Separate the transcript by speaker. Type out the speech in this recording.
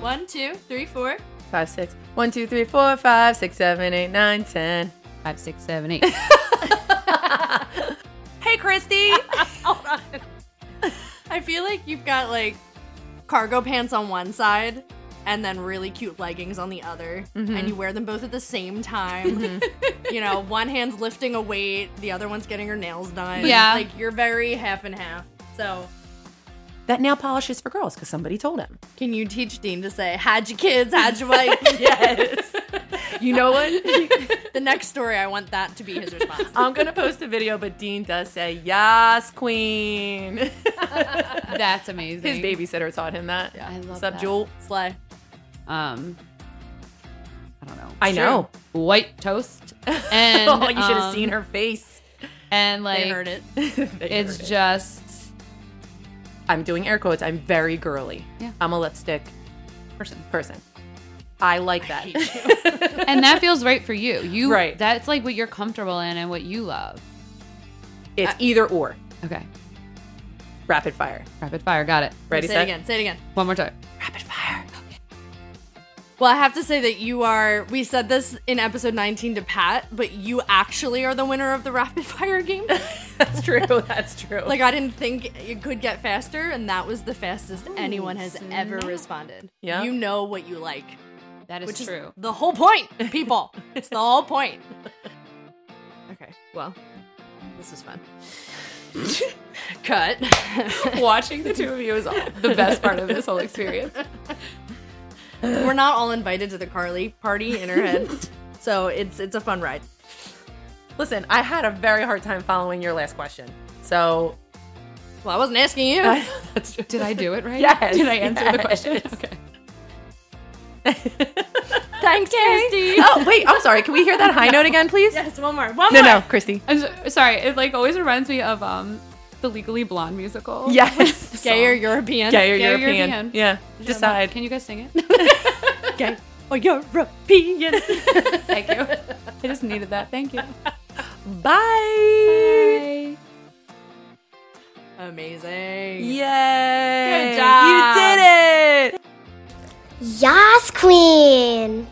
Speaker 1: One, two, three, four.
Speaker 2: Five, six. One, two, three, four, five, six, seven, eight, nine, ten.
Speaker 3: Five, six, seven, eight.
Speaker 1: Hey, Christy. I feel like you've got like cargo pants on one side and then really cute leggings on the other, and you wear them both at the same time. you know, one hand's lifting a weight, the other one's getting her nails done.
Speaker 3: Yeah.
Speaker 1: Like you're very half and half. So,
Speaker 2: That nail polish is for girls because somebody told him.
Speaker 1: can you teach Dean to say, had your kids, had your wife?
Speaker 2: Yes. you know what?
Speaker 1: the next story, I want that to be his response.
Speaker 2: I'm gonna post a video, but Dean does say, "Yes, queen."
Speaker 3: That's amazing.
Speaker 2: His babysitter taught him that.
Speaker 3: I love
Speaker 2: Sup,
Speaker 3: that.
Speaker 2: Jewel?
Speaker 1: Slay.
Speaker 3: Um, I don't know.
Speaker 2: I know.
Speaker 3: White toast. And
Speaker 2: oh, you should have
Speaker 3: um,
Speaker 2: seen her face.
Speaker 3: And like,
Speaker 1: they heard it.
Speaker 2: They
Speaker 3: It's
Speaker 2: heard it.
Speaker 3: just
Speaker 2: I'm doing air quotes. I'm very girly.
Speaker 3: Yeah.
Speaker 2: I'm a lipstick
Speaker 3: person,
Speaker 2: person. I like that.
Speaker 3: and that feels right for you. You
Speaker 2: Right.
Speaker 3: That's like what you're comfortable in and what you love.
Speaker 2: it's either or.
Speaker 3: Okay.
Speaker 2: Rapid fire.
Speaker 3: Rapid fire. Got it.
Speaker 2: Ready?
Speaker 1: say
Speaker 2: set?
Speaker 1: it again. Say it again.
Speaker 3: One more time.
Speaker 2: Rapid fire.
Speaker 1: Well, I have to say that you are. We said this in episode 19 to Pat, but you actually are the winner of the rapid fire game.
Speaker 2: That's true. That's true.
Speaker 1: like I didn't think it could get faster, and that was the fastest anyone has ever responded.
Speaker 2: Yeah.
Speaker 1: you know what you like,
Speaker 3: That is
Speaker 1: which
Speaker 3: true.
Speaker 1: is the whole point, people. it's the whole point. Okay, well, this was fun. Cut.
Speaker 2: watching the two of you is all- the best part of this whole experience.
Speaker 1: We're not all invited to the Carly party in her head, so it's it's a fun ride.
Speaker 2: Listen, I had a very hard time following your last question. So
Speaker 1: Well, I wasn't asking you.
Speaker 2: that's true.
Speaker 3: Did I do it right?
Speaker 2: Yes,
Speaker 3: Did I answer the
Speaker 2: yes.
Speaker 3: question? Okay.
Speaker 1: Thanks, Christy.
Speaker 2: Oh wait, I'm sorry. Can we hear that high note again, please?
Speaker 1: Yes, one more. One
Speaker 2: No,
Speaker 1: more.
Speaker 2: no, Christy.
Speaker 3: I'm so, sorry. It like always reminds me of um the Legally Blonde musical.
Speaker 2: Yes.
Speaker 1: Gay or European?
Speaker 2: Gay or
Speaker 3: Gay or
Speaker 2: European.
Speaker 3: European.
Speaker 2: Yeah.
Speaker 3: Is that
Speaker 2: Decide.
Speaker 3: one- Can you guys sing it?
Speaker 2: Gay or European.
Speaker 3: Thank you. I just needed that. Thank you.
Speaker 2: Bye.
Speaker 3: Bye.
Speaker 1: Amazing.
Speaker 2: Yay.
Speaker 1: Good job.
Speaker 2: You did it.
Speaker 4: Yas Queen!